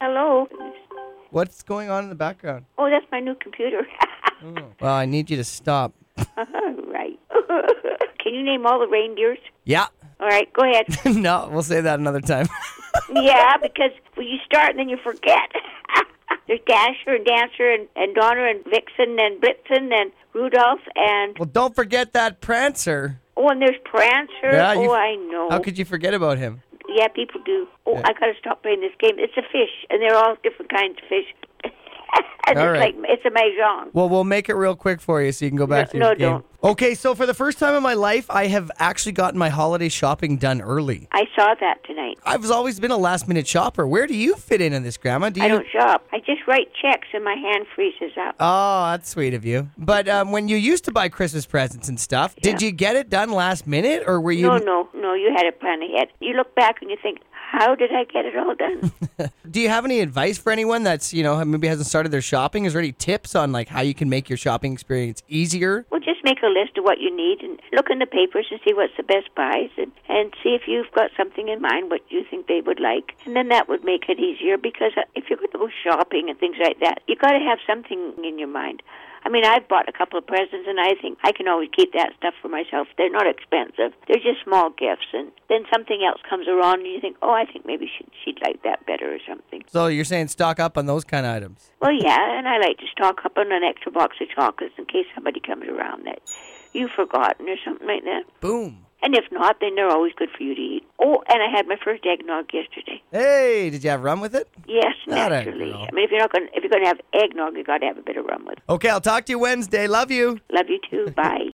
Hello. What's going on in the background? Oh, that's my new computer. Oh. Well, I need you to stop. right. Can you name all the reindeers? Yeah. All right, go ahead. no, we'll say that another time. yeah, because when you start and then you forget. There's Dasher and Dancer and, and Donner and Vixen and Blitzen and Rudolph and well, don't forget that Prancer. oh, and there's Prancer. Yeah, you- oh, I know. How could you forget about him? Yeah, people do. Oh, I gotta stop playing this game. It's a fish, and they're all different kinds of fish. and All it's right. like it's a mahjong. Well, we'll make it real quick for you so you can go back No- to your no, game. don't. Okay, so for the first time in my life, I have actually gotten my holiday shopping done early. I saw that tonight. I've always been a last minute shopper. Where do you fit in in this, Grandma? Do you? I don't shop. I just write checks, and my hand freezes up. Oh, that's sweet of you. But um, when you used to buy Christmas presents and stuff, did you get it done last minute, or were you? no, no, no. You had a plan ahead. You look back and you think, how did I get it all done? Do you have any advice for anyone that's you know maybe hasn't started their shopping? Is there any tips on like how you can make your shopping experience easier? well, just make a list of what you need and look in the papers and see what's the best buys and, and see if you've got something in mind what you think they would like. And then that would make it easier because uh, if you're going to go shopping and things like that, you got to have something in your mind. I mean, I've bought a couple of presents, and I think I can always keep that stuff for myself. They're not expensive; they're just small gifts. And then something else comes around, and you think, "Oh, I think maybe she'd, she'd like that better or something." So you're saying stock up on those kind of items. Well, yeah, and I like to stock up on an extra box of chocolates in case somebody comes around that you've forgotten or something like that. Boom. And if not, then they're always good for you to eat. Oh, and I had my first eggnog yesterday. Hey, did you have rum with it? Yes, Not a naturally. girl. I mean, if you're not going, to if you're going to have eggnog, you got to have a bit of rum with. it. Okay, I'll talk to you Wednesday. Love you. Love you too. Bye.